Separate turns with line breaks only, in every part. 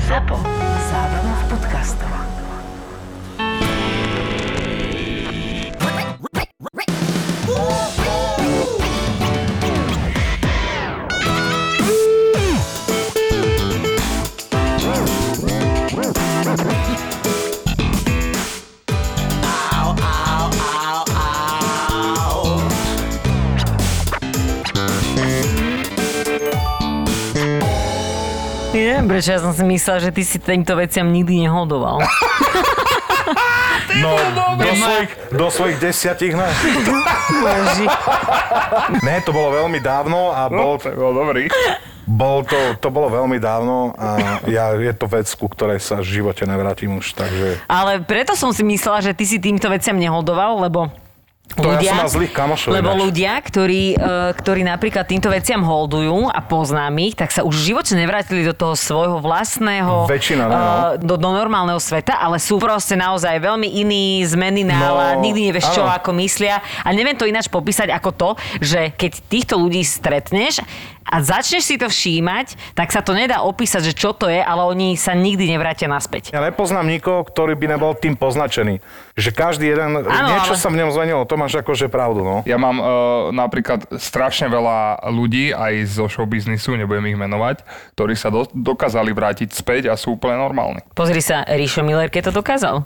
Zapo. Zábrná v podcastov.
Neviem, prečo ja som si myslela, že ty si týmto veciam nikdy nehodoval.
No, do svojich, do svojich desiatich ne.
Boži.
Ne, to bolo veľmi dávno a bol,
to bol dobrý.
bol to, to bolo veľmi dávno a ja, je to vec, ku ktorej sa v živote nevrátim už, takže...
Ale preto som si myslela, že ty si týmto veciam nehodoval, lebo
To ja
ľudia,
som mal zlých kamošov
lebo
ináč.
ľudia, ktorí, e, ktorí napríklad týmto veciam holdujú a poznám ich, tak sa už v živote nevrátili do toho svojho vlastného,
Väčšina, no.
e,
áno.
do, do normálneho sveta, ale sú proste naozaj veľmi iní, zmeny nálad,
No,
nikdy nevieš, čo
áno.
ako myslia. A neviem to ináč popísať ako to, že keď týchto ľudí stretneš a začneš si to všímať, tak sa to nedá opísať, že čo to je, ale oni sa nikdy nevrátia naspäť.
Ja nepoznám nikoho, ktorý by nebol tým poznačený. Že každý
Áno,
jeden, niečo
ale-
sa v ňom zmenilo, to máš akože pravdu, no.
Ja mám uh, napríklad strašne veľa ľudí aj zo showbiznisu, nebudem ich menovať, ktorí sa do, dokázali vrátiť späť a sú úplne normálni.
Pozri sa, Ríšo Miller, keď to dokázal,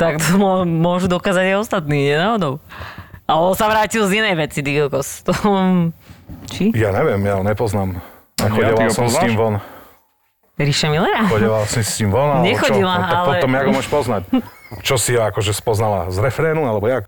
tak to mô- môžu dokázať aj ostatní, nie náhodou. A on sa vrátil z inej veci, ty kokos. To... Či?
Ja neviem, ja ho nepoznám.
Ja,
A chodeval
ty ho
som s
poznáš?
ním von.
Ríša Millera?
Chodeval si s ním von, alebo
Nechodila,
čo? No, tak
ale-
potom jak ho môžeš poznať? Čo si ho akože spoznala? Z refrénu, alebo jak?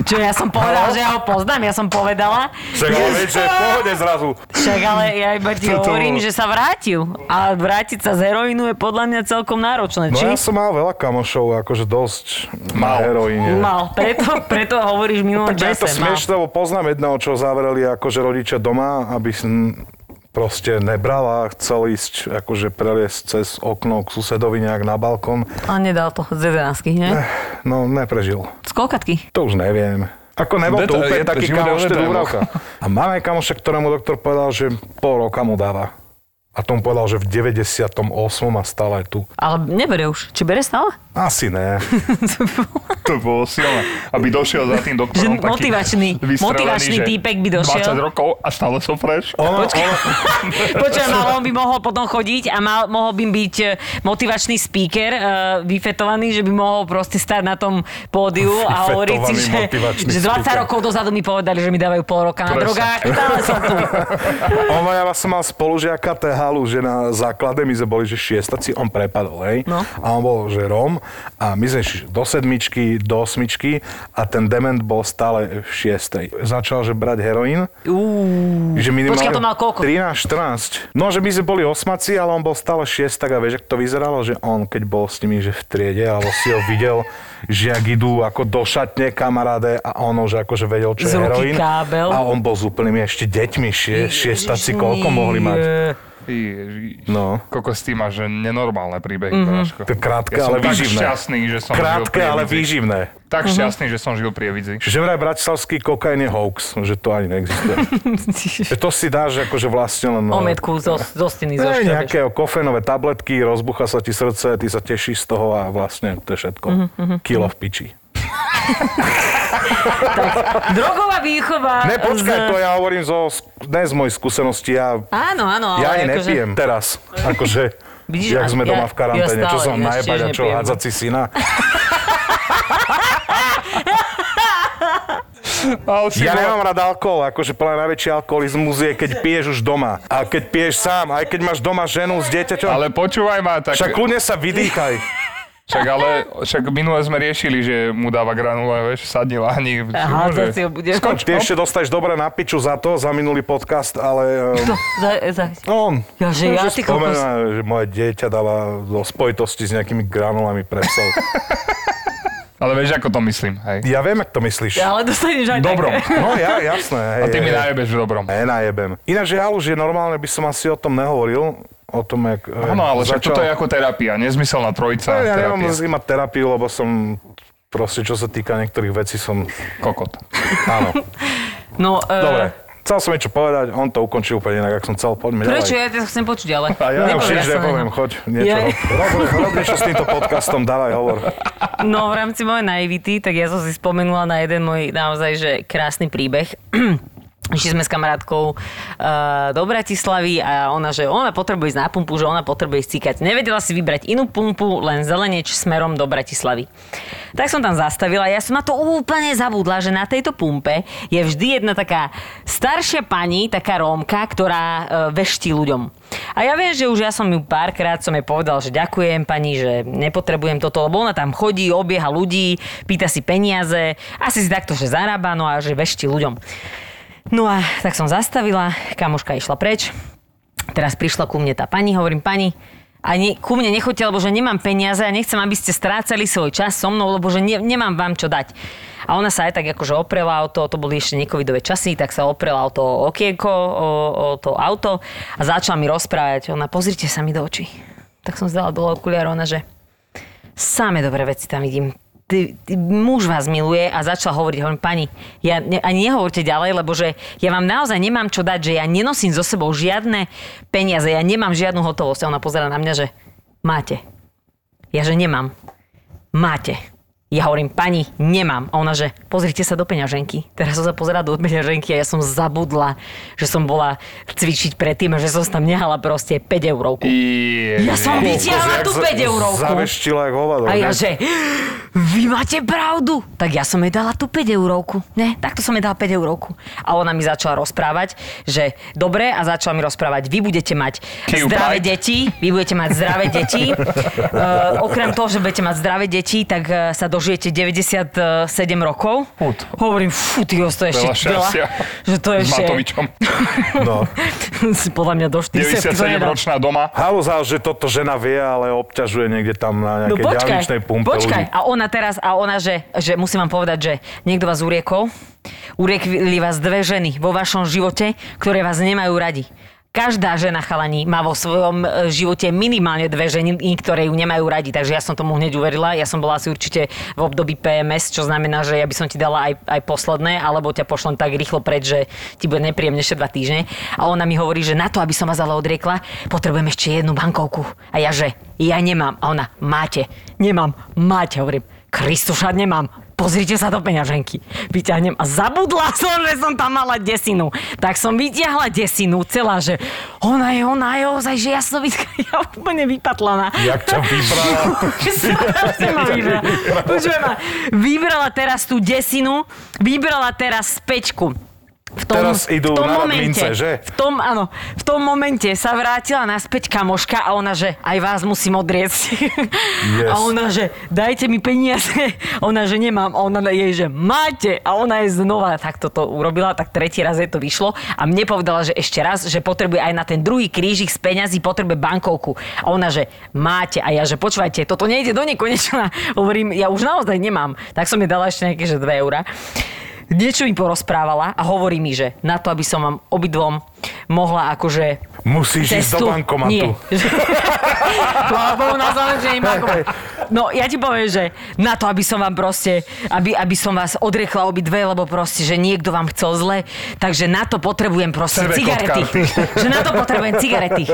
Čo ja som povedala, že ja ho poznám, ja som povedala.
Však ale vieš, že je v pohode zrazu.
Však ale ja iba ti
Toto-
hovorím, že sa vrátil. A vrátiť sa z heroínu je podľa mňa celkom náročné,
No
či?
ja som mal veľa kamošov, akože dosť na
Mal.
heroíne.
Mal, preto, preto hovoríš v minulom
Tak je
čase.
to smiešne, lebo poznám jedného, čo zavreli akože rodičia doma, aby som proste nebral a chcel ísť akože preliesť cez okno k susedovi nejak na balkón.
A nedal to z 11, nie?
Eh, No, neprežil.
Z koľkatky.
To už neviem. Ako nebol
Deta-
to úplne
je to
taký
život o
kamoš, ten
detailoch.
Dúbravka. A máme kamoša, ktorému doktor povedal, že pol roka mu dáva. A tomu povedal, že v 98. a stále je tu.
Ale nebere už. Či bere stále?
Asi ne.
To bolo silné. Aby došiel za tým doktorom
Že motivačný,
vystrelený,
motivačný
že
týpek by došiel.
20 rokov a stále som fresh.
Ono, ono,
Počujem, ale on by mohol potom chodiť a mal, mohol by byť e, motivačný speaker, uh, vyfetovaný, že by mohol proste stať na tom pódiu a hovoriť si, že,
Vyfetovaný motivačný
že 20
speaker.
rokov dozadu mi povedali, že mi dávajú pol roka na
Presne.
drogách, ale som tu.
ono, ja som mal spolužiaka THL, že na základe my sme boli, že šiestaci, on prepadol, hej.
No.
A on bol, že Rom. A my sme šli do sedmičky, do osmičky a ten dement bol stále v šiestej. Začal, že brať heroín. Že minimálne...
Počkaj, to mal koľko?
13, 14. No, že my sme boli osmaci, ale on bol stále šiestak a vieš, ak to vyzeralo, že on, keď bol s nimi, že v triede, alebo si ho videl, že ak idú ako do šatne kamaráde a on už akože vedel, čo
Z
je
ruky
heroín.
kábel.
A on bol s úplnými ešte deťmi, šie, šiestaci, koľko mohli mať.
Ježiš.
No.
Kokos, ty máš že nenormálne príbehy,
Mhm.
mm-hmm. Braško.
To je krátke,
ja som
ale
tak
výživné.
šťastný, že som žil
Krátke,
pri
ale
Evici.
výživné.
Tak
Mhm.
šťastný, že som žil pri Evici.
Čiže vraj bratislavský kokain je hoax, že to ani neexistuje. Že to si dáš akože vlastne len...
Ometku zo, zo steny, zo
Ne,
šťavy.
nejaké kofenové tabletky, rozbucha sa ti srdce, ty sa tešíš z toho a vlastne to je všetko.
Mhm,
Kilo v piči.
Drogová výchova.
Ne,
z-
počkaj, to ja hovorím zo, ne z mojej skúsenosti, ja,
Áno, áno, ale
ja ani
akože-
nepijem teraz. Akože,
Vidíš,
jak
a
sme
ja-
doma v karanténe,
ja
čo
stále
som
ináč
najebať
tiež
a čo,
nepijem.
hádzať si syna.
Ale si
Ja
bol-
nemám rád alkohol, akože plná najväčší alkoholizmus je, keď piješ už doma. A keď piješ sám, aj keď máš doma ženu s dieťaťom,
Ale počúvaj ma, tak...
však kľudne sa vydýchaj.
Však ale, však minule sme riešili, že mu dáva granule, vieš, sadne lahni.
Aha,
Môže.
zase ho bude.
Skonč,
Ty ešte dostaneš dobre na piču za to, za minulý podcast, ale... ehm,
To, za, za,
On.
Ja, No, že ja, ty kokos.
Spomená, No, že moje dieťa dáva do spojitosti s nejakými granulami presov.
Ale vieš, ako to myslím, hej.
Ja viem, ak to myslíš.
ale dostaneš aj
Dobrom.
také.
No ja, jasné. Hej,
A ty mi
hej.
najebeš v dobrom.
Nenajebem. Ináč, ja už je normálne, by som asi o tom nehovoril. O tom, jak... eh,
Áno, ale však toto je ako terapia, nezmyselná trojica,
Ja nemám
terapia.
zase mať terapiu, lebo som proste, čo sa týka niektorých vecí, som...
Kokot.
Áno.
No, e,
Dobre. Chcel som niečo povedať, on to ukončil úplne inak, ak som chcel. Poďme
Prečo?
ďalej.
Ja to chcem počuť, ale...
A ja
Už
Nepovedal
nič
som.
nepoviem, choď, niečo
Ja-
rob. Rob, rob niečo s týmto podcastom, dávaj, hovor.
No v rámci mojej naivity, tak ja som si spomenula na jeden môj naozaj že krásny príbeh. Išli sme s kamarátkou uh, do Bratislavy a ona, že ona potrebuje ísť na pumpu, že ona potrebuje ísť cíkať. Nevedela si vybrať inú pumpu, len zelenieč smerom do Bratislavy. Tak som tam zastavila. Ja som na to úplne zabudla, že na tejto pumpe je vždy jedna taká staršia pani, taká Rómka, ktorá uh, veští ľuďom. A ja viem, že už ja som ju párkrát som jej povedal, že ďakujem pani, že nepotrebujem toto, lebo ona tam chodí, obieha ľudí, pýta si peniaze, asi si takto, že zarába, no a že vešti ľuďom. No a tak som zastavila, kamoška išla preč, teraz prišla ku mne tá pani, hovorím pani, ani ku mne nechoďte, lebo že nemám peniaze a nechcem, aby ste strácali svoj čas so mnou, lebo že ne, nemám vám čo dať. A ona sa aj tak akože oprela o to, to boli ešte nekovidové časy, tak sa oprela o to okienko, o, o to auto a začala mi rozprávať. Ona, pozrite sa mi do očí. Tak som zdala dole okuliar, ona, že same dobré veci tam vidím. Ty, ty, muž vás miluje a začala hovoriť, hovorím, pani, ja ne, ani nehovorte ďalej, lebo že ja vám naozaj nemám čo dať, že ja nenosím so sebou žiadne peniaze, ja nemám žiadnu hotovosť. A ona pozera na mňa, že máte. Ja, že nemám. Máte. Ja hovorím, pani, nemám. A ona, že pozrite sa do peňaženky. Teraz som sa pozerala do peňaženky a ja som zabudla, že som bola cvičiť predtým a že som tam nehala proste 5 eurovku. Ja som vytiahla tú 5 eurovku.
Zaveštila jak hovado.
A ja
ne?
že, vy máte pravdu. Tak ja som jej dala tú 5 eurovku. Ne, takto som jej dala 5 eurovku. A ona mi začala rozprávať, že dobre a začala mi rozprávať, vy budete mať
Kiu
zdravé
Pride.
deti, vy budete mať zdravé deti. Uh, okrem toho, že budete mať zdravé deti, tak eh, sa dožijete 97 rokov.
Fut.
Hovorím, fú, ty, to je ešte
Veľa šťastia.
Že to je
S
ešte...
Matovičom.
No.
Podľa mňa do 40 to
97
nedá.
ročná doma.
Halúza, že toto žena vie, ale obťažuje niekde tam na nejakej ďalničnej pumpe
No počkaj.
ľudí.
A ona teraz, a ona, že, že musím vám povedať, že niekto vás uriekol, uriekli vás dve ženy vo vašom živote, ktoré vás nemajú radi. Každá žena chalani má vo svojom e, živote minimálne dve ženy, ktoré ju nemajú radi. Takže ja som tomu hneď uverila. Ja som bola asi určite v období PMS, čo znamená, že ja by som ti dala aj, aj posledné, alebo ťa pošlem tak rýchlo preč, že ti bude nepríjemne ešte dva týždne. A ona mi hovorí, že na to, aby som vás ale odriekla, potrebujem ešte jednu bankovku. A ja že, ja nemám. A ona, máte. Nemám, máte. Hovorím, Kristuša, nemám. Pozrite sa do peňaženky. Vyťahnem a zabudla som, že som tam mala desinu. Tak som vyťahla desinu celá, že ona je, ona je ozaj, že ja som vysk- ja úplne vypatlaná.
Jak ťa vybrala.
Strašne ma vybrala. Počuj ma, vybrala teraz tú desinu, vybrala teraz späčku. V
Teraz idú na radlince, že?
V tom, áno, v tom momente sa vrátila naspäť kamoška a ona, že aj vás musím odriecť.
Yes.
A ona, že dajte mi peniaze. A Ona, že nemám. A ona jej, že máte. A ona je znova takto to urobila, tak tretí raz jej to vyšlo. A mne povedala, že ešte raz, že potrebuje aj na ten druhý krížik z peňazí, potrebuje bankovku. A ona, že máte. A ja, že počúvajte, toto nejde do nekonečna. Hovorím, ja už naozaj nemám. Tak som jej dala ešte nejaké, že 2 eurá niečo mi porozprávala a hovorí mi, že na to, aby som vám obidvom mohla akože
Musíš ísť do
cestu-
bankomatu.
Nie. Lebo u nás len, že nemá bankomat. No ja ti poviem, že na to, aby som vám proste, aby, aby som vás odrekla obidve, lebo proste, že niekto vám chcel zle, takže na to potrebujem proste
Sebe
cigarety. že na to potrebujem cigarety.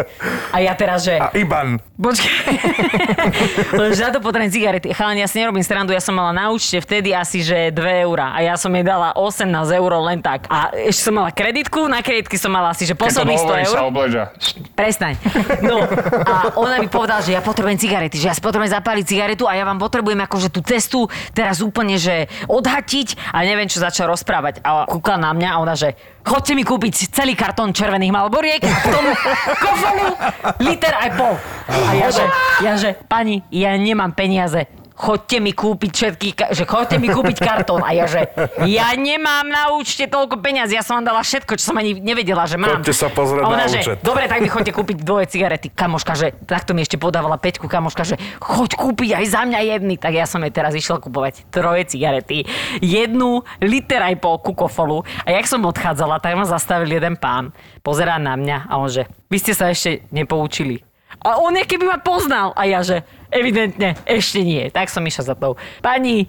A ja teraz, že...
A Iban.
Počkaj. Lenže na to potrebujem cigarety. Chalani, ja si nerobím srandu, ja som mala na účte vtedy asi, že 2 eurá. A ja som jej dala 18 eur len tak. A ešte som mala kreditku, na kreditky som mala asi, že
Keď to
posledných 100
dohovoríš,
eur.
sa obleža.
Prestaň. No a ona mi povedala, že ja potrebujem cigarety, že ja si potrebujem zapáliť cigaretu a ja vám potrebujem akože tú cestu teraz úplne, že odhatiť a neviem, čo začal rozprávať. A kúkala na mňa a ona, že chodte mi kúpiť celý kartón červených malboriek a k tomu koforu liter aj pol. A ja že, ja že, pani, ja nemám peniaze chodte mi kúpiť všetky, ka- že chodte mi kúpiť kartón. A ja že, ja nemám na účte toľko peniaz, ja som vám dala všetko, čo som ani nevedela, že mám.
Chodte sa
A
pozrieť
ona,
na
že,
účet.
Dobre, tak mi chodte kúpiť dvoje cigarety. Kamoška, že takto mi ešte podávala peťku kamoška, že choď kúpiť aj za mňa jedny. Tak ja som jej teraz išla kupovať troje cigarety. Jednu liter aj pol kukofolu. A jak som odchádzala, tak ma zastavil jeden pán. Pozerá na mňa a on že, vy ste sa ešte nepoučili. A on je, keby ma poznal. A ja že, evidentne, ešte nie. Tak som išla za tou. Pani,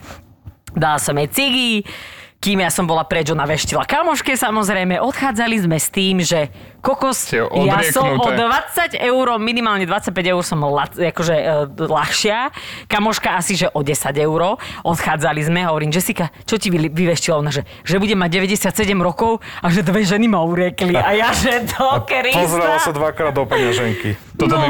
dala som jej cigy, kým ja som bola preč, ona veštila kamoške samozrejme. Odchádzali sme s tým, že kokos,
Ste
ja som o
odrieknuté.
20 eur, minimálne 25 eur som la, akože, e, ľahšia. Kamoška asi, že o 10 eur. Odchádzali sme, hovorím, Jessica, čo ti vy, vyveštila ona, že, že bude mať 97 rokov a že dve ženy ma uriekli. A ja, že do Krista.
Pozrela sa dvakrát do peňaženky.
Toto mi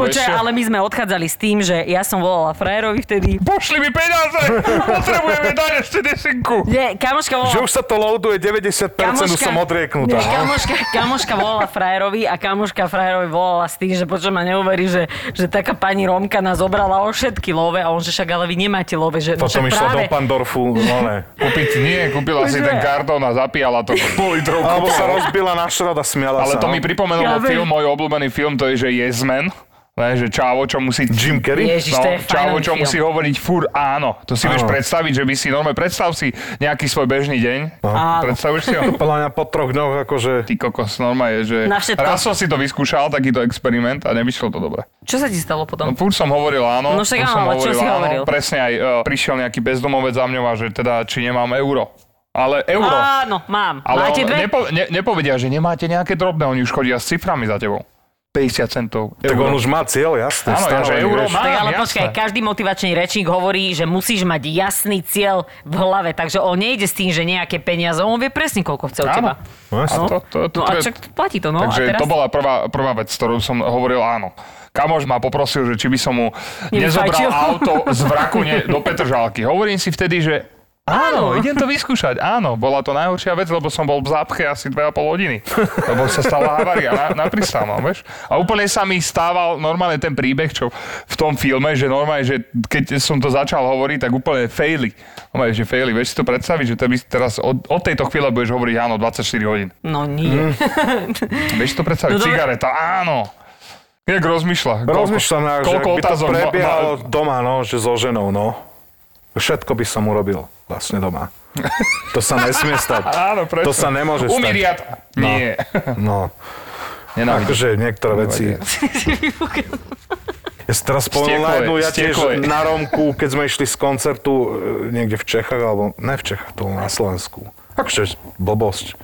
No. Počkaj,
vieš čo?
ale my sme odchádzali s tým, že ja som volala frajerovi vtedy.
Pošli mi peniaze! Potrebujeme dať ešte desinku!
Nie, kamoška volala...
Že už sa to loaduje, 90% už som odrieknutá.
Nie, kamoška, kamoška volala frajerovi a kamoška frajerovi volala s tým, že počo ma neuverí, že, že taká pani Romka nás obrala o všetky love a on, že však ale vy nemáte love, že no,
Potom
však
išla do
práve...
Pandorfu, no ne.
Kúpiť nie, kúpila si
Už
ten
je.
kartón a zapíjala to pol litrov.
Alebo sa rozbila na šrod a smiala
Ale
sa.
to
no.
mi pripomenulo
Ja viem.
film, môj obľúbený film, to je, že Yes Man. Ne, že čávo, čo musí... No,
Jim Carrey?
Ježiš, to je
čávo,
fajnový
čo
film.
musí hovoriť fur áno. To si vieš
Áno.
predstaviť, že by si normálne, predstav si nejaký svoj bežný deň.
Áno.
Predstavuješ si ho?
Podľa mňa po troch dňoch akože...
Ty kokos, normálne, že
Na všetko.
raz som si to vyskúšal, takýto experiment a nevyšlo to dobre.
Čo sa ti stalo
No
potom?
furt som hovoril áno.
No však
furt
áno,
som
ale čo si hovoril?
Presne aj e, prišiel nejaký bezdomovec za mňou a že teda, či nemám euro. Ale euro.
Áno, mám.
Ale
Máte
on
dve?
Nepo, ne, nepovedia, že nemáte nejaké drobné, oni už chodia s ciframi za tebou. 50 centov.
Tak
euro.
on už má cieľ,
Áno,
jasne.
ja, že
stanovený,
euro
vieš.
má.
tak ale
jasné.
počkaj, každý motivačný rečník hovorí, že musíš mať jasný cieľ v hlave, takže on nejde s tým, že nejaké peniaze, on vie presne, koľko chce od
Áno.
teba.
A
Jasne.
to, to, to,
No
to
a
je-
čak platí to, no.
Takže
a teraz...
to bola prvá, prvá vec, s ktorou som hovoril áno. Kamoš ma poprosil, že či by som mu
Nevyfajčil.
nezobral auto z vraku ne, do Petržalky. Hovorím si vtedy, že Áno,
Áno.
idem to vyskúšať. Áno, bola to najhoršia vec, lebo som bol v zápche asi 2,5 hodiny. Lebo sa stala havária na, na pristávom, vieš? A úplne sa mi stával normálne ten príbeh, čo v tom filme, že normálne, že keď som to začal hovoriť, tak úplne faily. Normálne, že faily, vieš si to predstaviť, že to by si teraz od, od tejto chvíle budeš hovoriť áno 24 hodín.
No nie.
Mhm. Vieš si to predstaviť?
No dobre.
Cigareta, áno. Jak rozmýšľa. Koľko-
Rozmýšľam, ja, že
koľko
ak by to
otázok ma-
prebiehalo
ma-
doma, no, že so ženou, no. Všetko by som urobil vlastne doma. To sa nesmie stať.
Áno, presne.
To sa nemôže stať.
Umyriat.
No.
Nie.
No,
Nenávidím.
akože niektoré veci... Ja si teraz spomenul
Stieklo
na
je,
jednu, ja tiež
stieklo je.
na Romku, keď sme išli z koncertu e, niekde v Čechách, alebo ne v Čechách, to bolo na Slovensku. Akože blbosť.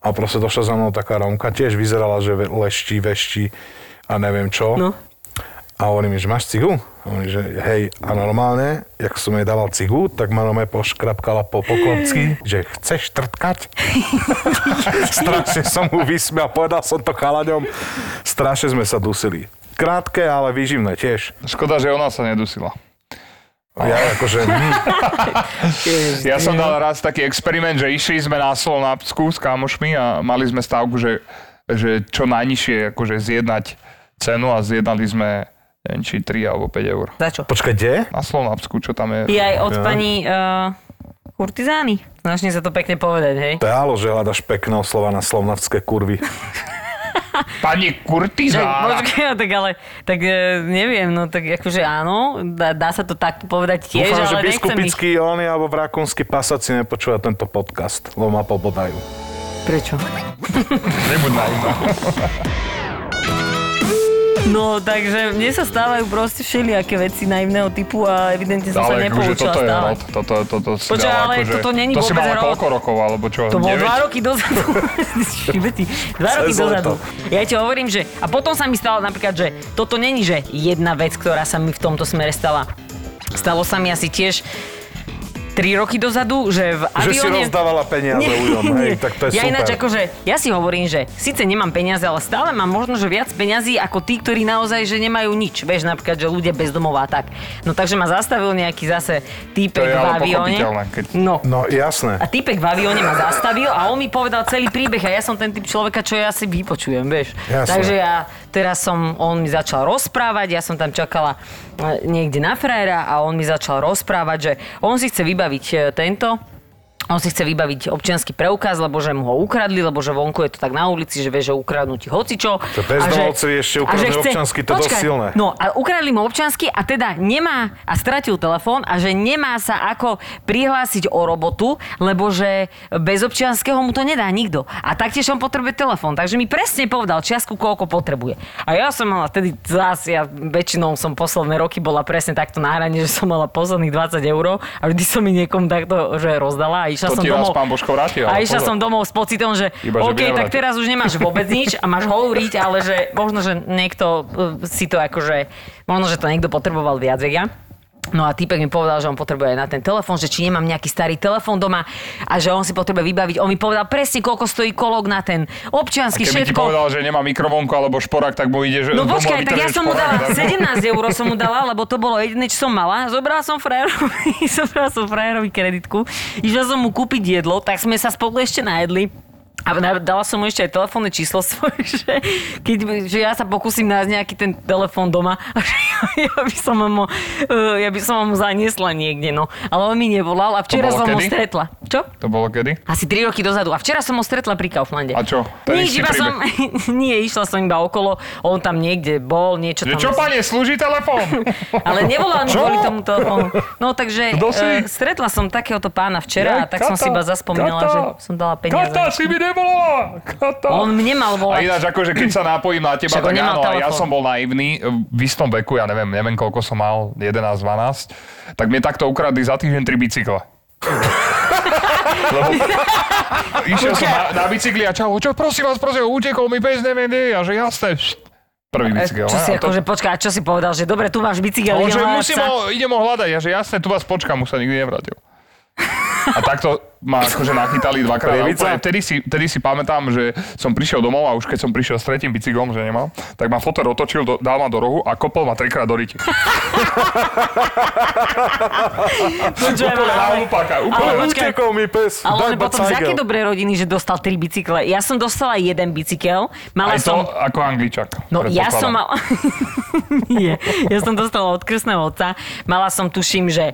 A proste došla za mnou taká Romka, tiež vyzerala, že ve- leští, vešti a neviem čo.
No.
A hovorí mi, že máš cigu? A hovorí, že hej, a normálne, jak som jej dával cigu, tak ma normálne poškrapkala po poklopci, že chceš trtkať? strašne som mu vysmial, povedal som to chalaňom, strašne sme sa dusili. Krátke, ale výživné tiež.
Škoda, že ona sa nedusila.
Ja
Oh.
akože, hm,
Ja som dal raz taký experiment, že išli sme na Slovnápsku s kamošmi a mali sme stávku, že, že čo najnižšie akože zjednať cenu a zjednali sme neviem, či 3 alebo 5 eur.
Za čo?
počkaj, kde?
Na Slovnápsku, čo tam je?
Je aj od pani uh, kurtizány. Snažne sa to pekne povedať, hej?
To je halo, že hľadaš pekného slova na slovnavské kurvy.
Pani
Že,
Kurtizána.
počkaj, no, tak ale, tak e, neviem, no tak akože áno, dá, dá sa to tak povedať tiež,
Dúfam, že
ale nechcem ich.
biskupický oni alebo vrakunský pasaci nepočúva tento podcast, lebo ma pobodajú.
Prečo?
Nebuď naivná.
No, takže mne sa stávajú proste všelijaké veci naivného typu a evidentne som sa
Ale akože
nepoučila
toto je
stále.
rod, toto, toto si
Počkaj,
dala
ale
akože,
toto není
to si
vôbec
mala
rod.
koľko rokov, alebo čo,
To bolo
9?
dva roky dozadu. Šibeti. Dva roky
Cez leto.
dozadu. Ja ti hovorím, že... A potom sa mi stalo napríklad, že toto není, že jedna vec, ktorá sa mi v tomto smere stala. Stalo sa mi asi tiež 3 roky dozadu, že v
Že si
avióne...
rozdávala peniaze ľuďom, hej, tak to je
ja
super.
ináč akože, ja si hovorím, že síce nemám peniaze, ale stále mám možno, že viac peňazí ako tí, ktorí naozaj, že nemajú nič. Vieš, napríklad, že ľudia bezdomová tak. No takže ma zastavil nejaký zase
To
týpek
je
v
ale
avióne.
pochopiteľné, keď-
No,
No jasné.
a týpek v avióne ma zastavil a on mi povedal celý príbeh a ja som ten typ človeka, čo ja si vypočujem, vieš.
Jasné.
Takže ja teraz som, on mi začal rozprávať, ja som tam čakala e, niekde na frajera a on mi začal rozprávať, že on si chce vybaviť e, tento, on si chce vybaviť občianský preukaz, lebo že mu ho ukradli, lebo že vonku je to tak na ulici, že vie, že ukradnú ti hocičo.
To bezdomovci ešte ukradnú občiansky, to dosť
Počkaj,
silné.
No a ukradli mu občansky a teda nemá, a stratil telefón a že nemá sa ako prihlásiť o robotu, lebo že bez občianského mu to nedá nikto. A taktiež on potrebuje telefón, takže mi presne povedal čiastku, koľko potrebuje. A ja som mala vtedy zás, ja väčšinou som posledné roky bola presne takto na hrane, že som mala posledných 20 eur a vždy som mi niekomu takto že rozdala a išla išla
To
som
ti raz
domov.
pán Božko vrátil,
a
ale
išla
pozor.
som domov s pocitom, že
Iba, že by
OK, tak
nevrátil.
teraz už nemáš vôbec nič a máš hovoriť, ale že možno, že niekto eh, si to akože, možno, že to niekto potreboval viac, jak ja. No a týpek mi povedal, že on potrebuje aj na ten telefón, že či nemám nejaký starý telefón doma a že on si potrebuje vybaviť. On mi povedal presne, koľko stojí kolok na ten občiansky,
Keby ti
všetko.
povedal, že nemá mikrovonku alebo šporák, tak mu ide, že...
No
domov
počkaj, tak ja
vytrhneš
som mu dala
šporák, dáš mu-
17 eur som mu dala, lebo to bolo jediné, čo som mala. Zobrala som frajerovi, zobrala som frajerovi kreditku, išla som mu kúpiť jedlo, tak sme sa spolu ešte najedli. A na- dala som mu ešte aj telefónne číslo svoje, že, keď, že ja sa pokúsim nájsť nejaký ten telefón doma a že ja, ja by som mu, eh, ja by som mu zaniesla niekde, no. Ale on mi nevolal a včera
bolo
som ho
kedy?
stretla. Čo?
To bolo kedy?
Asi 3 roky dozadu. A včera som ho stretla pri Kauflande.
A čo? Ten
Nič, iba
istý príbeh.
som... Nie, išla som iba okolo. On tam niekde bol, niečo
Že
tam...
čo, pane, slúži telefón?
Ale nevolal mi
Čo?
kvôli tomu telefónu. No takže
Kto si?
e, stretla som takéhoto pána včera a tak som
Kata,
si iba zaspomínala,
Kata,
že som dala peniaze.
Kata, si mi nevolala! Kata!
On mne mal
A
volať.
ináč, akože keď sa napojím na teba,
Však on
tak
nemal
áno, a ja
telefón.
som bol naivný e, v istom veku, ja neviem, neviem koľko som mal, 11, 12, tak mne takto ukradli za týždeň tri bicykle. Lebo išiel som na, na bicykli a čau, čo, prosím vás, prosím, utekol mi bez nemene, a že jasné, št, prvý
E,
bicykel.
Čo
ne?
si
A to-
akože, počkaj, a čo si povedal, že dobre, tu máš bicykel,
on,
idem
že
hľadať
musím
psa.
ho, idem ho hľadať. Ja že jasné, tu vás počkám, už sa nikdy nevrátil. A takto ma akože nachytali dvakrát. A
Prievidza?
úplne vtedy si, vtedy si pamätám, že som prišiel domov a už keď som prišiel s tretím bicyklom, že nemal, tak ma fotor otočil, do, dal ma do rohu a kopol ma trikrát do riti.
Počujem,
Úplne na
ale-
hlupáka,
Ale
úplne.
počkaj,
Utekol mi pes.
Ale on
daj
je potom z akej
bacajgel.
dobrej rodiny, že dostal tri bicykle. Ja som dostala jeden bicykel, mala
Aj to
som
ako angličak.
No ja
predpokladám.
som mal... Nie, ja som dostala od krstného otca. Mala som, tuším, že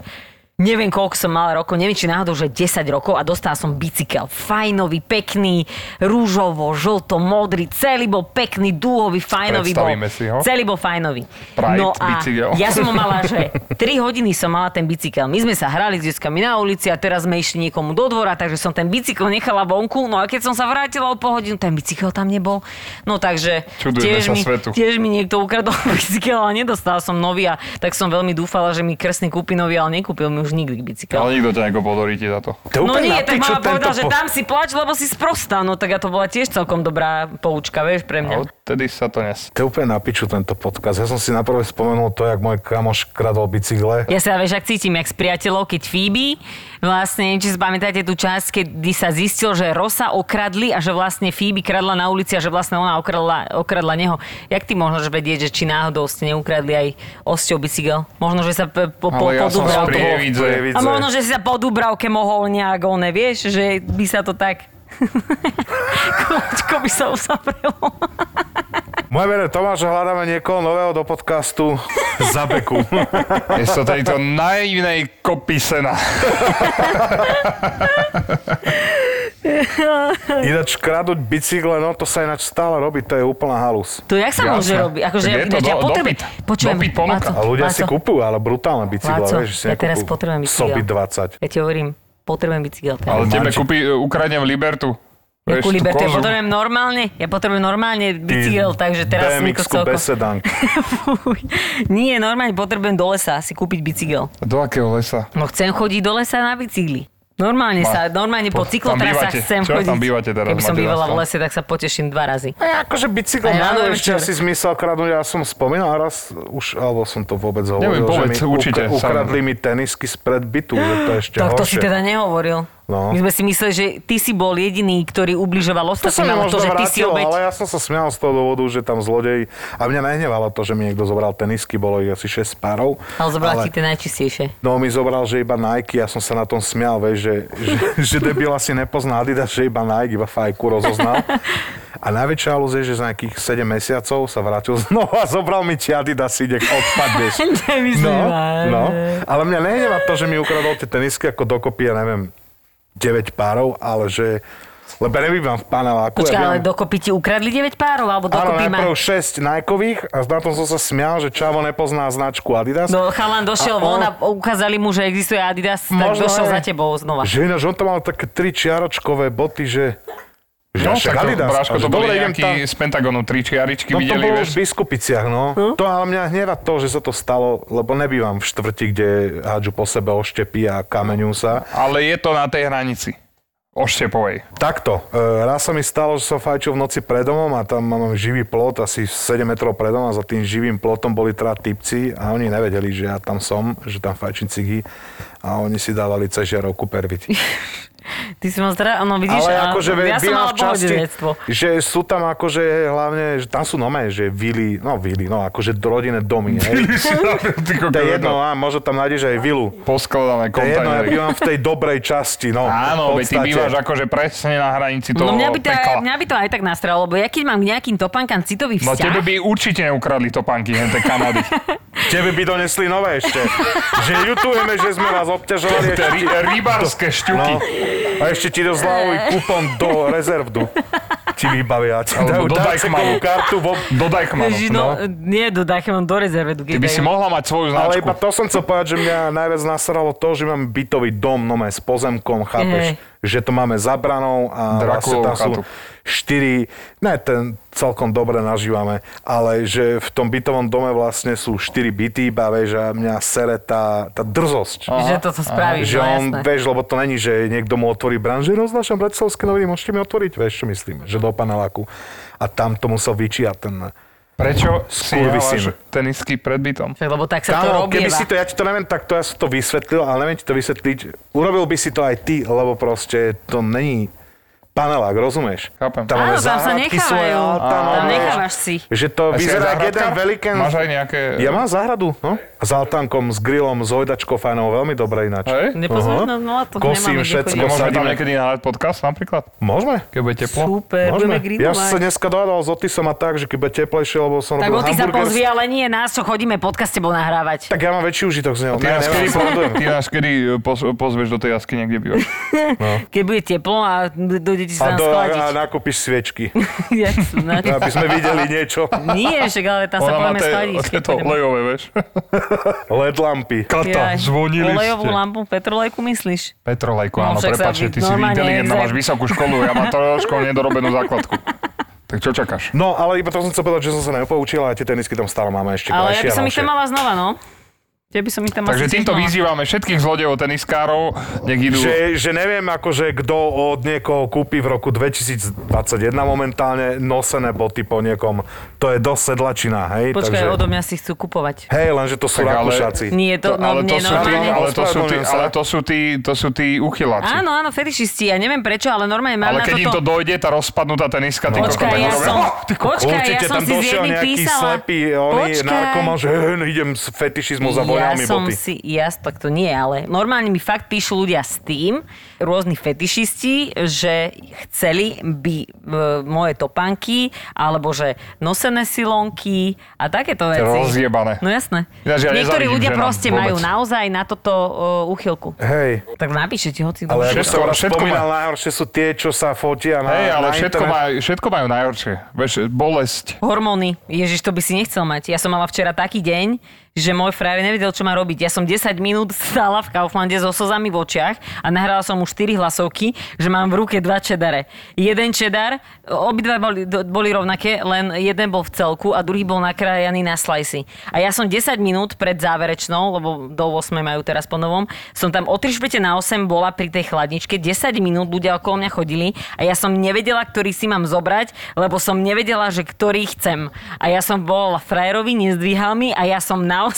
neviem koľko som mala rokov, neviem či náhodou, že 10 rokov a dostala som bicykel. Fajnový, pekný, rúžovo, žlto, modrý, celý bol pekný, dúhový, fajnový bol.
Predstavíme si ho.
Celý bol fajnový.
Pride
no a
bicykel.
ja som ho mala, že 3 hodiny som mala ten bicykel. My sme sa hrali s deckami na ulici a teraz sme išli niekomu do dvora, takže som ten bicykel nechala vonku. No a keď som sa vrátila o pol hodinu, ten bicykel tam nebol. No takže
Čudujeme
tiež
sa
mi,
svetu.
Tiež mi niekto ukradol bicykel a nedostal som nový a tak som veľmi dúfala, že mi krsný kúpi nový, ale nekúpil mi už nikdy
Ale
bicykel.
nikto ťa nekopol do riti za to.
To je
No nie,
úplne na
tak
piču
mama
tento
povedal, že
po-
dám si plač, lebo si sprostá. No tak a to bola tiež celkom dobrá poučka, vieš, pre
A
mňa.
odtedy sa to nes...
To je úplne na piču tento podcast. Ja som si naprvé spomenul to, jak môj kamoš kradol bicykle.
Ja sa, vieš, ak cítim, jak s priateľov, keď Phoebe, vlastne, neviem, či si pamätáte tú časť, kedy sa zistil, že Rosa okradli a že vlastne Phoebe kradla na ulici a že vlastne ona okradla, okradla neho. Jak ty môžeš vedieť, že či náhodou ste neukradli aj osťou bicykel? Možno, že sa po, po, po,
Ale ja som
podúbral to-
z Prievidze.
Prievidze.
A možno, že si sa po Dubravke mohol nejak, one, vieš, že by sa to tak... Kolačko by sa uzavrelo.
Moje vere, Tomáš, hľadáme niekoho nového do podcastu za beku.
Je to tejto naivnej kopy sena.
Ináč kradnúť bicykle, no to sa ináč stále robí, to je úplná halus.
To jak sa
Jasné.
môže robiť? Akože,
Tak je to
ináč ja
do-
potrebujem...
dopyt.
Počujem,
Dopyt ponúka.
A ľudia si
Láco.
kúpujú, ale brutálne bicykle,
Láco,
vieš, že si
ja teraz
nekúpujú
potrebujem bicykel.
Sobi 20.
Ja ti hovorím, potrebujem bicykel. teraz.
Ale tebe
Marči.
kúpi, ukradnem Libertu. Vieš,
Jakú
tú
libertu? Ja
kozu.
potrebujem normálne, ja potrebujem normálne bicykel, takže teraz mi to
BMX-ku
celko...
besedánk.
Fuj. Nie, normálne potrebujem do lesa si kúpiť bicykel.
Do akého lesa?
No chcem chodiť do lesa na bicykli. Normálne
Ma-
sa, normálne po
po- tam bývate.
cyklotrasách chcem
Čo
chodiť.
tam bývate teraz?
Keby som
Máte
bývala v
rastlo?
lese, tak sa poteším dva razy.
A akože bicykel
Aj ráno,
majú
aj
ešte
večer.
asi zmysel kradnúť, ja som spomínal raz, už, alebo som to vôbec
Neviem,
hovoril,
povedz,
že mi
určite,
ukra- ukradli mi tenisky spred bytu, že to je ešte
Tak to si
horšie.
teda nehovoril.
No.
My sme si mysleli, že ty si bol jediný, ktorý ubližoval
To sa
ostatným,
mi
ale to,
možno
že ty si
vrátilo,
obeď.
ale ja som sa smial z toho dôvodu, že tam zlodej... A mňa nehnevalo to, že mi niekto zobral tenisky, bolo ich asi 6 párov.
Ale zobral ti tie najčistejšie.
No mi zobral, že iba Nike, ja som sa na tom smial, vieš, že, že, že debil asi nepozná Adidas, že iba Nike, iba fajku rozoznal. A najväčšia halúz je, že za nejakých 7 mesiacov sa vrátil znova a zobral mi ti Adidas, ide odpadneš.
Nemyslím,
No,
ale-
no, ale mňa nehneva to, že mi ukradol tie tenisky ako dokopy, ja neviem, 9 párov, ale že... Lebo ja nebývam v paneláku.
Počkaj,
ja
ale
bývam-
dokopy ti ukradli 9 párov, alebo
Áno,
dokopy
najprv
ma...
6 Nikeových a na tom som sa smial, že Čavo nepozná značku Adidas.
No, chalan došiel
A on-
von a ukázali mu, že existuje Adidas, tak
Možno
došiel
aj.
za tebou znova.
Že ináč, on tam mal také tri čiaročkové boty, že
No,
Že však
tak to,
Adidas.
Bráško,
A že
to boli
dobre, idem
nejakí
tam.
z Pentagonu tričiaričky,
No to
videli,
bolo
vieš.
v Biskupiciach, no.
Hm?
To ale mňa hneva to, že sa to stalo, lebo nebývam v štvrti, kde hádžu po sebe oštepy a kameňú sa.
Ale je to na tej hranici. Oštepovej.
Takto, e, raz sa mi stalo, že som fajčil v noci pred domom a tam mám živý plot, asi 7 metrov pred domom a za tým živým plotom boli teda typci a oni nevedeli, že ja tam som, že tam fajčím cigy a oni si dávali cez žiarovku pervity.
Ty si mal zdra... No vidíš,
Ale
a-
akože ve-
ja som
bývam
mala
v časti,
pohodlivectvo.
že sú tam akože hlavne, že tam sú nome, že vily, no vily, no akože rodinné domy, hej. To je jedno, a možno tam nájdeš aj vilu.
Poskladané
To je jedno, ja
kontajnery.
bývam v tej dobrej časti, no.
Áno, veď ty
v podstate.
bývaš akože presne na hranici toho
No mňa by, to,
pekla.
mňa by to aj tak nastralo, lebo ja keď mám k nejakým topankám citový
No
vzťah,
tebe by určite neukradli topánky, hen tej Kanady.
Tebe by donesli nové ešte. že jutujeme, že sme vás obťažovali.
Tie
ešte
ry-
ti-
rybárske šťuky.
No. A ešte ti do zľavuj kupon do rezervdu. Ti vybavia. Ti dajú
Alebo do
darčekovú
Deichmannu.
kartu. Vo...
Dodaj k manu.
Ježi,
No.
no, nie do dachy, mám do rezerve. Do
Ty by si mohla mať svoju
Ale iba
značku.
to som chcel povedať, že mňa najviac nasralo to, že mám bytový dom, no s pozemkom, chápeš?
Hej.
Že to máme za branou a vlastne
Drakulovú
tam sú
chatu.
štyri, ne, ten celkom dobre nažívame, ale že v tom bytovom dome vlastne sú štyri byty, iba vieš, a mňa sere tá, tá drzosť.
Že toto spravíš,
Že
no
on,
jasné.
vieš, lebo to není, že niekto mu otvorí bran, že roznášam bratislavské noviny, môžete mi otvoriť, vieš, čo myslím, že do paneláku. A tam to musel vyčiať ten...
Prečo si
Skurvysyn.
dávaš tenisky pred bytom?
Však, lebo tak sa to
Kámo,
robí.
keby si to, ja ti to neviem, tak to ja som to vysvetlil, ale neviem ti to vysvetliť. Urobil by si to aj ty, lebo proste to není panelák, rozumieš?
Chápem.
Áno,
máme
tam sa
záhradky svoje, no,
nechávajú.
ale Tam,
Tam
máme-
nechávaš si.
Že to
A si
vyzerá
aj
ako jeden
záhradkár?
veľký...
Máš aj nejaké...
Ja mám záhradu, no? S altánkom, s grillom, s hojdačkou fajnou, veľmi dobre ináč.
Hej?
Nepozor,
Aha.
no, no, to nemáme
Kosím
kde
všetko.
chodiť.
Nemôžeme tam
posadíme.
niekedy nahrať podcast napríklad?
Môžeme?
Keď bude teplo?
Super, budeme
No, Môžeme. Ja
grilovať.
som sa dneska dohadal s Otisom a tak, že keď bude teplejšie, lebo som
Tak
robil
o ty sa
hamburger.
pozvi, ale nie nás, čo chodíme podcast s tebou nahrávať.
Tak ja mám väčší užitok z neho.
Ty
Ne,
nás,
nemám,
kedy,
srandujem.
ty nás kedy e, poz, pozveš do tej jaskyne, kde bývaš?
Keď bude teplo a dojdete
A,
sa tam
do,
skladiť.
a nakúpiš sviečky,
Ja som na-
aby sme videli niečo.
Nie, však ale tam sa pojeme
tie-
skladiť. keď
tieto
pôjdeme.
olejové, vieš.
LED lampy.
Kata,
Jaj,
zvonili
Olejovú
ste.
lampu, petrolejku myslíš?
Petrolejko,
No,
áno,
však sa
prepáč, že
vy-
ty si
normálne
inteligentná,
exam.
máš vysokú školu, ja mám trošku nedorobenú základku. Tak čo čakáš?
No, ale iba to som chcel povedať, že som sa nepoučil a tie tenisky tam stále máme ešte
Ale ja
krajšie
by
a
som ich
novšie.
tam mala znova, no. Ja by som ich tam
Takže
asi tiež
týmto
mala.
vyzývame všetkých zlodejov teniskárov, nech idú...
Že, že neviem, akože kto od niekoho kúpi v roku 2021 momentálne nosené boty po niekom. To je dosť sedlačina, hej?
Počkaj,
Takže-
odo mňa si chcú kupovať.
Hej, lenže to sú
Tak ale-
Rakúšaci.
Nie, to, no,
ale, to
nie,
sú tí,
normálne.
ale, to sú tí,
Ospravedlňujem sa.
ale to sú tí, to sú tí uchyláci.
Áno, áno, fetišisti, ja neviem prečo, ale normálne mám
Ale
na
keď im to
toto...
dojde, tá rozpadnutá teniska, ty
No.
kokos,
Počkaj,
tak
ja
urobia-
som...
Ty kokos.
Počkaj, ja
Určite
som
tam
si s
došiel
jedným
nejaký
písala.
slepý oný
Počkaj.
narkoman, že "Hen, idem s fetišizmu za
ja
voňami
som
boty.
si, ja s- tak to nie, ale normálne mi fakt píšu ľudia s tým, rôzni fetišisti, že chceli by e, moje topánky, alebo že nosené silonky a takéto veci.
Rozjebané.
No jasné.
Ináč ja
Niektorí
nezávidím
ľudia
ženám
proste
vôbec.
majú naozaj na toto uh, uchylku.
Hej,
Tak napíšete hoci.
ale ako
Všetko-
som raz
všetko
spomínal,
má-
najhoršie sú tie, čo sa fotia na,
Hej, ale
na
všetko,
internet.
maj, všetko majú najhoršie. Vieš, bolesť.
Hormóny. Ježiš, to by si nechcel mať. Ja som mala včera taký deň, že môj frajer nevedel, čo má robiť. Ja som 10 minút stála v Kauflande so slzami v očiach a nahrala som už 4 hlasovky, že mám v ruke dva čedare. Jeden čedar, obidva boli, do- boli rovnaké, len jeden bol v celku a druhý bol nakrájaný na slicey. A ja som 10 minút pred záverečnou, lebo do 8 majú teraz po novom, som tam o 3 špete na 8 bola pri tej chladničke, 10 minút ľudia okolo mňa chodili a ja som nevedela, ktorý si mám zobrať, lebo som nevedela, že ktorý chcem. A ja som volala frajerovi, nezdvíhal mi a ja som naozaj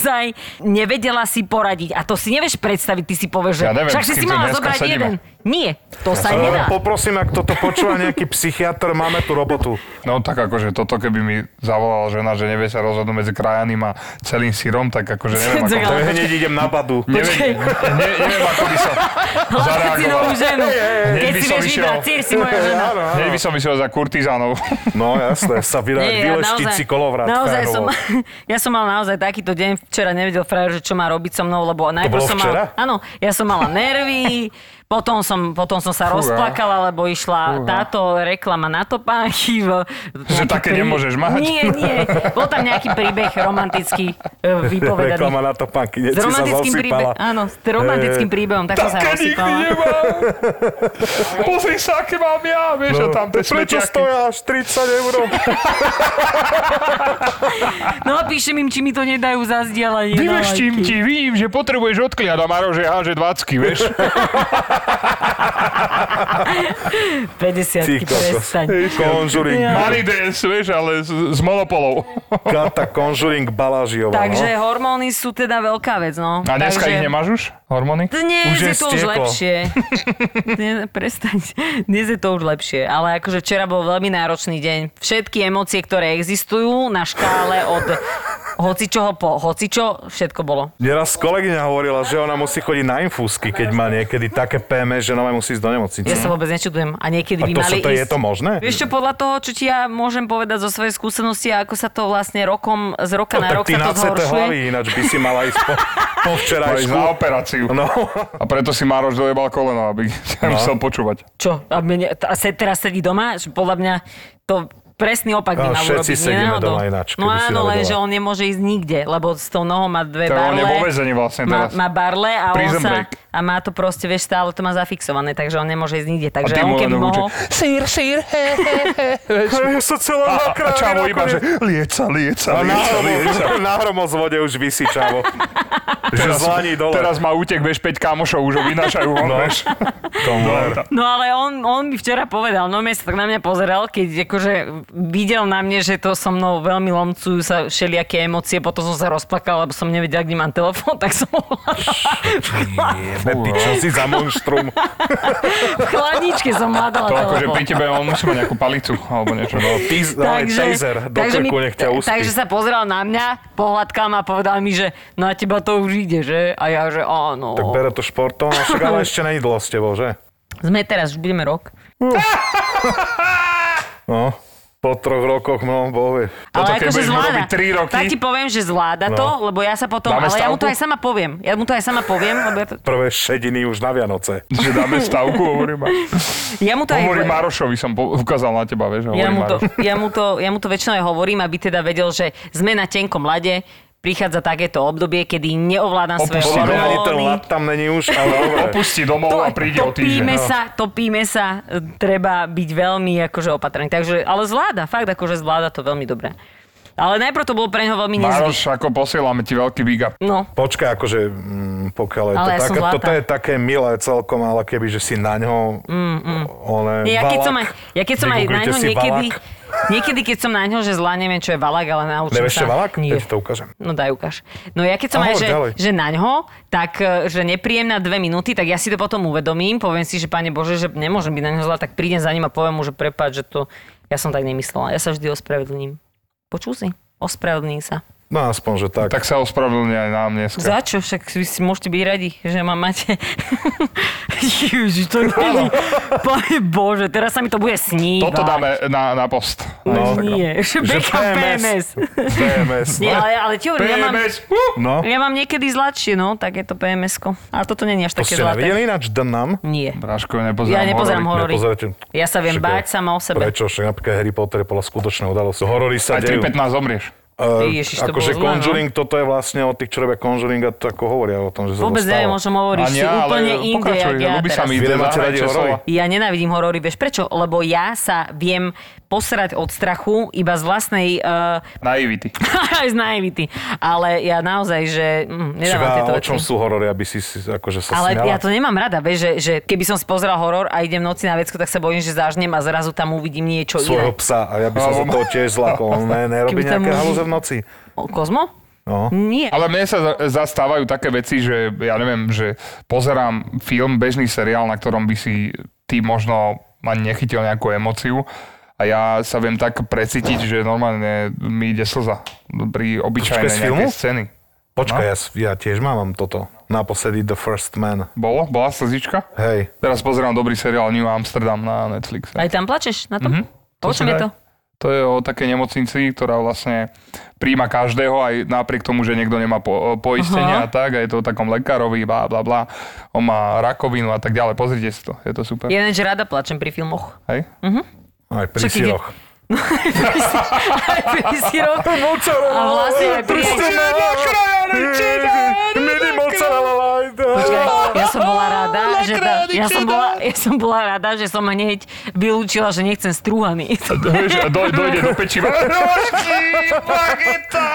nevedela si poradiť. A to si nevieš predstaviť, ty si povieš, že
Ja neviem,
však
s
si si
kým tu
mala
dneska
zobrať
sedíme.
jeden. Nie, to sa
Ale
nedá.
Poprosím, ak toto počúva nejaký psychiatr, máme tu robotu.
No tak akože toto, keby mi zavolala žena, že nevie sa rozhodnúť medzi krajaným a celým sírom, tak akože neviem, ako,
Zagal-
To hneď idem na badu.
neviem, ne, neviem, ako by som
Hlavne si novú
zareagoval.
ženu.
hneď
Keď
by
si
som
vieš
išiel.
vybrať, si, si moja žena.
Áno, áno.
Hneď by som išiel za kurtizánov.
No jasné, sa vyra-
Nie,
vyleštiť si kolovrat.
naozaj som,
frajerovo.
ja som mal naozaj takýto deň, včera nevedel frajer, že čo má robiť so mnou, lebo najprv
bolo
som mal,
včera?
áno, ja som mala nervy, Potom som, potom som sa
Fúha.
rozplakala, lebo išla táto reklama na topánky. v-
Že také nemôžeš mať.
Nie, nie. Bol tam nejaký príbeh romantický e, vypovedaný.
Reklama na topánky,
S
nie, si sa
romantickým, príbe-
zosypala.
áno, s romantickým príbehom, tak som sa
Také nikdy
rozsypala.
nemám. Pozri sa, aké mám ja, vieš, a tam tie
Prečo
smetiaky.
stoja až 30 eur?
No a píšem im, či mi to nedajú za zdieľanie. na lajky.
Vyveštím ti, vidím, že potrebuješ odkliať a Maro, že háže 20, vieš.
50
Ty kokos.
prestaň.
Konžuring.
Money dance, vieš, ale s, s monopolou.
Kata Konžuring Balažiová.
Takže
no.
hormóny sú teda veľká vec, no.
A dneska
Takže...
ich nemáš už? Hormóny?
Dnes
Už
je,
je
to už
stieko.
lepšie. Dnes, prestaň. Dnes je to už lepšie. Ale akože včera bol veľmi náročný deň. Všetky emócie, ktoré existujú na škále od hocičoho po hocičo, všetko bolo.
Neraz kolegyňa hovorila, že ona musí chodiť na infúzky, keď má niekedy také PM, že ona musí ísť do nemocnice.
Ja sa vôbec nečudujem. A niekedy by
A to
mali
sa to,
ísť...
je to možné?
Vieš čo, podľa toho, čo ti ja môžem povedať zo svojej skúsenosti a ako sa to vlastne rokom, z roka na
No tak
rok
ty
sa
na
to
CT
zhoršuje.
hlavy, ináč by si mala ísť po, po
Máš
včerajšku.
na operáciu.
No,
A preto si Maroš dojebal koleno, aby ťa musel počúvať.
Čo? A, mne, a se, teraz sedí doma? Že Podľa mňa to presný opak by
No,
mal
všetci
urobiť.
sedíme
nenáhodou.
doma ináč,
No
keby si
áno,
dali
lenže
dole.
on nemôže ísť nikde, lebo s tou nohou má dve
Tak
barle.
on je vo väzení vlastne
má,
teraz.
má barle a on
Prison
sa...
break.
A má to proste, vieš, stále to má zafixované, takže on nemôže ísť nikde.
A
Takže
ty
on
mu len
keby mohol...
hovoríš, sír, sír, he, he, he. Vieš?
ja sa celá
A, a
nakrávim
čavo iba, že
nakoniec.
lieca, lieca,
A na,
lieca, lieca.
hromo- na hromozvode už vysí čavo. že zlaní dole.
Teraz má útek, vieš, 5 kamošov už ho vynášajú von,
No.
vieš.
tomu ver.
No ale on, on mi včera povedal, no mne sa tak na mňa pozeral, keď akože videl na mne, že to so mnou veľmi lomcujú sa všelijaké emócie, potom som sa rozplakal, lebo som nevedel, kde mám telefón, tak som hľadala
Jebe, ty čo si za monštrum?
v chladničke, som hľadala
To akože
telefón.
pri tebe on musí mať nejakú palicu, alebo niečo.
No, tíz, ale taser, do
takže mi-
krku nech ťa uspí.
takže sa pozeral na mňa, pohľadkám a povedal mi, že na teba to už ide, že? A ja, že áno.
Tak bere to športom, a však ale ešte není dlho s tebou, že?
Sme teraz, už budeme rok.
No, po troch rokoch, no, bohe.
Toto,
Ale
keď
akože
budeš mu
zvláda.
robiť tri roky.
tak ti poviem, že zvláda to,
No.
lebo ja sa potom,
Dáme
ale ja mu to
stavku?
aj sama poviem. Ja mu to aj sama poviem, lebo ja to,
Prvé šediny už na Vianoce.
Že dáme stavku, hovorím. a-
ja mu to aj...
Hovorím Marošovi, som po- ukázal na teba,
ja,
vieš. hovorím
mu to,
Maroš.
ja, mu to, ja mu to väčšinou aj hovorím, aby teda vedel, že sme na tenkom lade, prichádza takéto obdobie, kedy neovládam svoje
Opustí
Podľa mňa ani ten
hormóny.
lad tam není už, ale dobre.
Opustí domov a príde o týždeň. no.
topíme
no.
sa, topíme sa, e, treba byť veľmi akože opatrný. Takže, ale zvláda, fakt akože zvláda to veľmi dobre. Ale najprv to bolo pre neho veľmi nezvyk.
Maroš, ako posielame ti veľký big up.
No,
Počkaj, akože mm, pokiaľ je
Ale
to
ja som
také,
zlatá.
toto je také milé celkom, ale keby, že si na ňo mm, mm. one
Nie, ja keď som aj,
valak,
ja keď som aj na
vygooglite
ňo
si
niekedy,
valak.
niekedy keď som na ňo, že zlá neviem, čo je valak, ale naučím
Nevieš,
sa.
čo je valak?
Nie.
Ja ti to ukážem.
No daj, ukáž. No ja keď som
A
aj,
hovor
že,
ďalej.
že na ňo, tak e, že nepríjemná dve minúty, tak ja si to potom uvedomím, poviem si, že pane Bože, že nemôžem byť na ňo zlá, tak prídem za ním a poviem mu, že prepáč, že to ja som tak nemyslela. Ja sa vždy ospravedlním. Počul si? Ospravedlním sa.
No aspoň, že tak. tak.
Tak sa ospravedlňuje aj nám dneska.
Za čo? Však vy si môžete byť radi, že ma máte. Ježiš, to není. Pane Bože, teraz sa mi to bude snívať.
Toto dáme na, na post.
No,
Instagram.
nie, že
Že
Beckham PMS.
PMS. PMS.
Nie, ale, ale ti hovorím, ja mám,
PMS. Uh!
No,
ja mám niekedy zľadšie, no, tak je to PMS. ko Ale toto nie je až
to
také
ste
zlaté.
nevideli ináč Dnam?
Nie.
Bráško, nepozerám
Ja nepozerám
horory.
horory.
Nepozerajte.
Ja sa viem
Však
báť
je-
sama o sebe.
Prečo? Však napríklad Harry Potter je podľa skutočnej udalosti. Horory
Aj
sa dejú.
3.15 zomrieš.
Eh,
Ježiš, to bolo
akože
zlé, no.
Conjuring, toto je vlastne od tých, čo robia Conjuring a to ako hovoria o tom, že sa
Vôbec
to stalo.
neviem, o čom hovoríš. Si
Ani ja, ale e,
úplne inde,
pokračuj,
jak ja
ľúbi sa
teraz.
mi
Vy
idea,
nemáte radi
čo
horory?
slova.
Ja nenávidím horory, vieš prečo? Lebo ja sa viem posrať od strachu iba z vlastnej... Uh,
Naivity.
aj z naivity. Ale ja naozaj, že... Mm,
Čiže
nedávam
a
tieto
o čom
veci.
sú horory, aby si, si akože sa
Ale ja
smiala?
to nemám rada, vieš, že, že keby som si pozrel horor a idem v noci na vecko, tak sa bojím, že zažnem a zrazu tam uvidím niečo
svojho
iné.
psa a ja by som sa
Alebo-
toho tiež zlakol. On ne,
No.
nerobí
Keby Mm. tam
nejaké
môžu-
halúze v noci.
O, Kozmo?
No.
Nie.
Ale mne sa za- zastávajú také veci, že ja neviem, že pozerám film, bežný seriál, na ktorom by si ty možno ani nechytil nejakú emociu a ja sa viem tak precítiť, že normálne mi ide slza pri
Počkaj, z
obyčajnej
filmu?
nejakej scény.
Počkaj, ja, s- ja tiež mám toto. Naposledy The First Man.
Bolo? Bola slzička?
Hej.
Teraz pozerám dobrý seriál New Amsterdam na Netflixe.
Mhm.
Aj tam plačeš na tom? Mm-hmm. O čom je to?
To je o takej nemocnici, ktorá vlastne príjma každého aj napriek tomu, že niekto nemá po, e, poistenie a tak. A je to o takom lekárovi, bla, bla, bla. On má rakovinu a tak ďalej. Pozrite si to, je to super.
Ináč rada plačem pri filmoch.
Hej?
Mhm.
Aj pri
Čo, keď-
síroch.
Aj pri síroch. A vlastne aj pri...
Mini mozzarella light.
Počkaj, ja som bola rada, že tá, ja, som bola, ja som bola rada, že som hneď vylúčila, že nechcem strúhaný.
Vieš, a doj- dojde do pečiva. Rožky, bageta!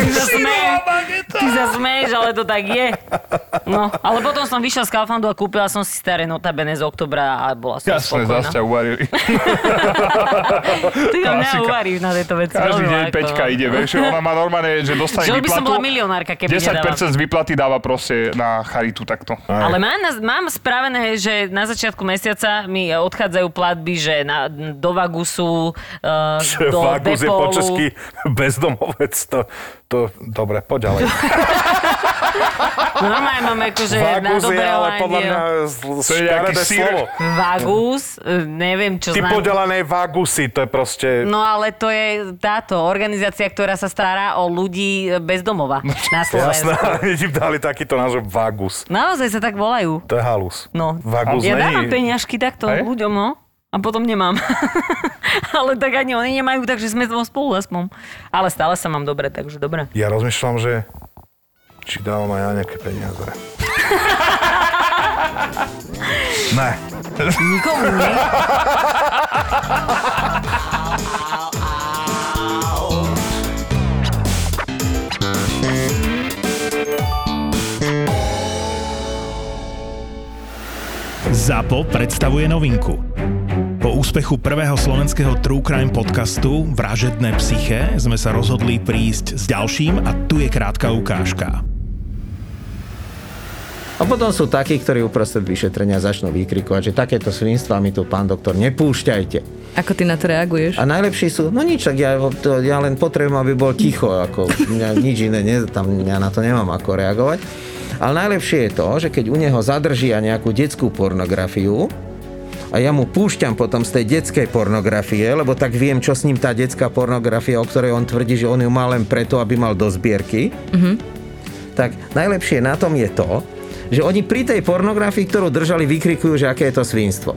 Zasmejem.
bageta!
Ty sa smeješ, ale to tak je. No, ale potom som vyšla z Kauflandu a kúpila som si staré notabene z oktobra a bola som
Jasné,
spokojná.
zase ťa uvarili.
Ty to mňa
klasika.
uvaríš na tieto veci.
Každý
veľmi
deň
ľahko,
Peťka
no.
ide, vieš. Ona má normálne, že dostane
Že by som bola
výplatu.
milionárka, keby
10%
nedávam.
z výplaty dáva proste na charitu takto.
Ale mám, na, mám spravené, že na začiatku mesiaca mi odchádzajú platby, že na, do Vagusu, uh,
Čo je
do
Vagus je po
Depolu.
česky bezdomovec. To, to, dobre, poď ďalej.
No, Normálne mám akože na
Vagus je
dobré
ale
lanie.
podľa mňa zl-
To je nejaký
škaredé
sír.
slovo.
Vagus, eh, neviem čo
Ty
znam.
podelané vagusy, to je proste...
No ale to je táto organizácia, ktorá sa stará o ľudí bez domova na
No, Jasné,
Slovensku.
oni ti dali takýto názov Vagus.
Naozaj sa tak volajú.
To je halus.
No.
Vagus
ja
není...
dávam peňažky takto
Hej?
ľuďom, no. A potom nemám. ale tak ani oni nemajú, takže sme to spolu aspoň. Ale stále sa mám dobre, takže dobre.
Ja rozmýšľam, že či dávam aj ja nejaké peniaze. ne.
Nikomu nie.
ZAPO predstavuje novinku. Po úspechu prvého slovenského True Crime podcastu Vražedné psyché sme sa rozhodli prísť s ďalším a tu je krátka ukážka.
A potom sú takí, ktorí uprostred vyšetrenia začnú vykrikovať, že takéto svinstva mi tu pán doktor nepúšťajte.
Ako ty na to reaguješ?
A najlepší sú, no nič, tak ja, to, ja len potrebujem, aby bol ticho, ako mňa, nič iné, ne, tam ja na to nemám ako reagovať. Ale najlepšie je to, že keď u neho zadržia nejakú detskú pornografiu, a ja mu púšťam potom z tej detskej pornografie, lebo tak viem, čo s ním tá detská pornografia, o ktorej on tvrdí, že on ju má len preto, aby mal do zbierky. Tak najlepšie na tom je to, že oni pri tej pornografii, ktorú držali, vykrikujú, že aké je to svinstvo.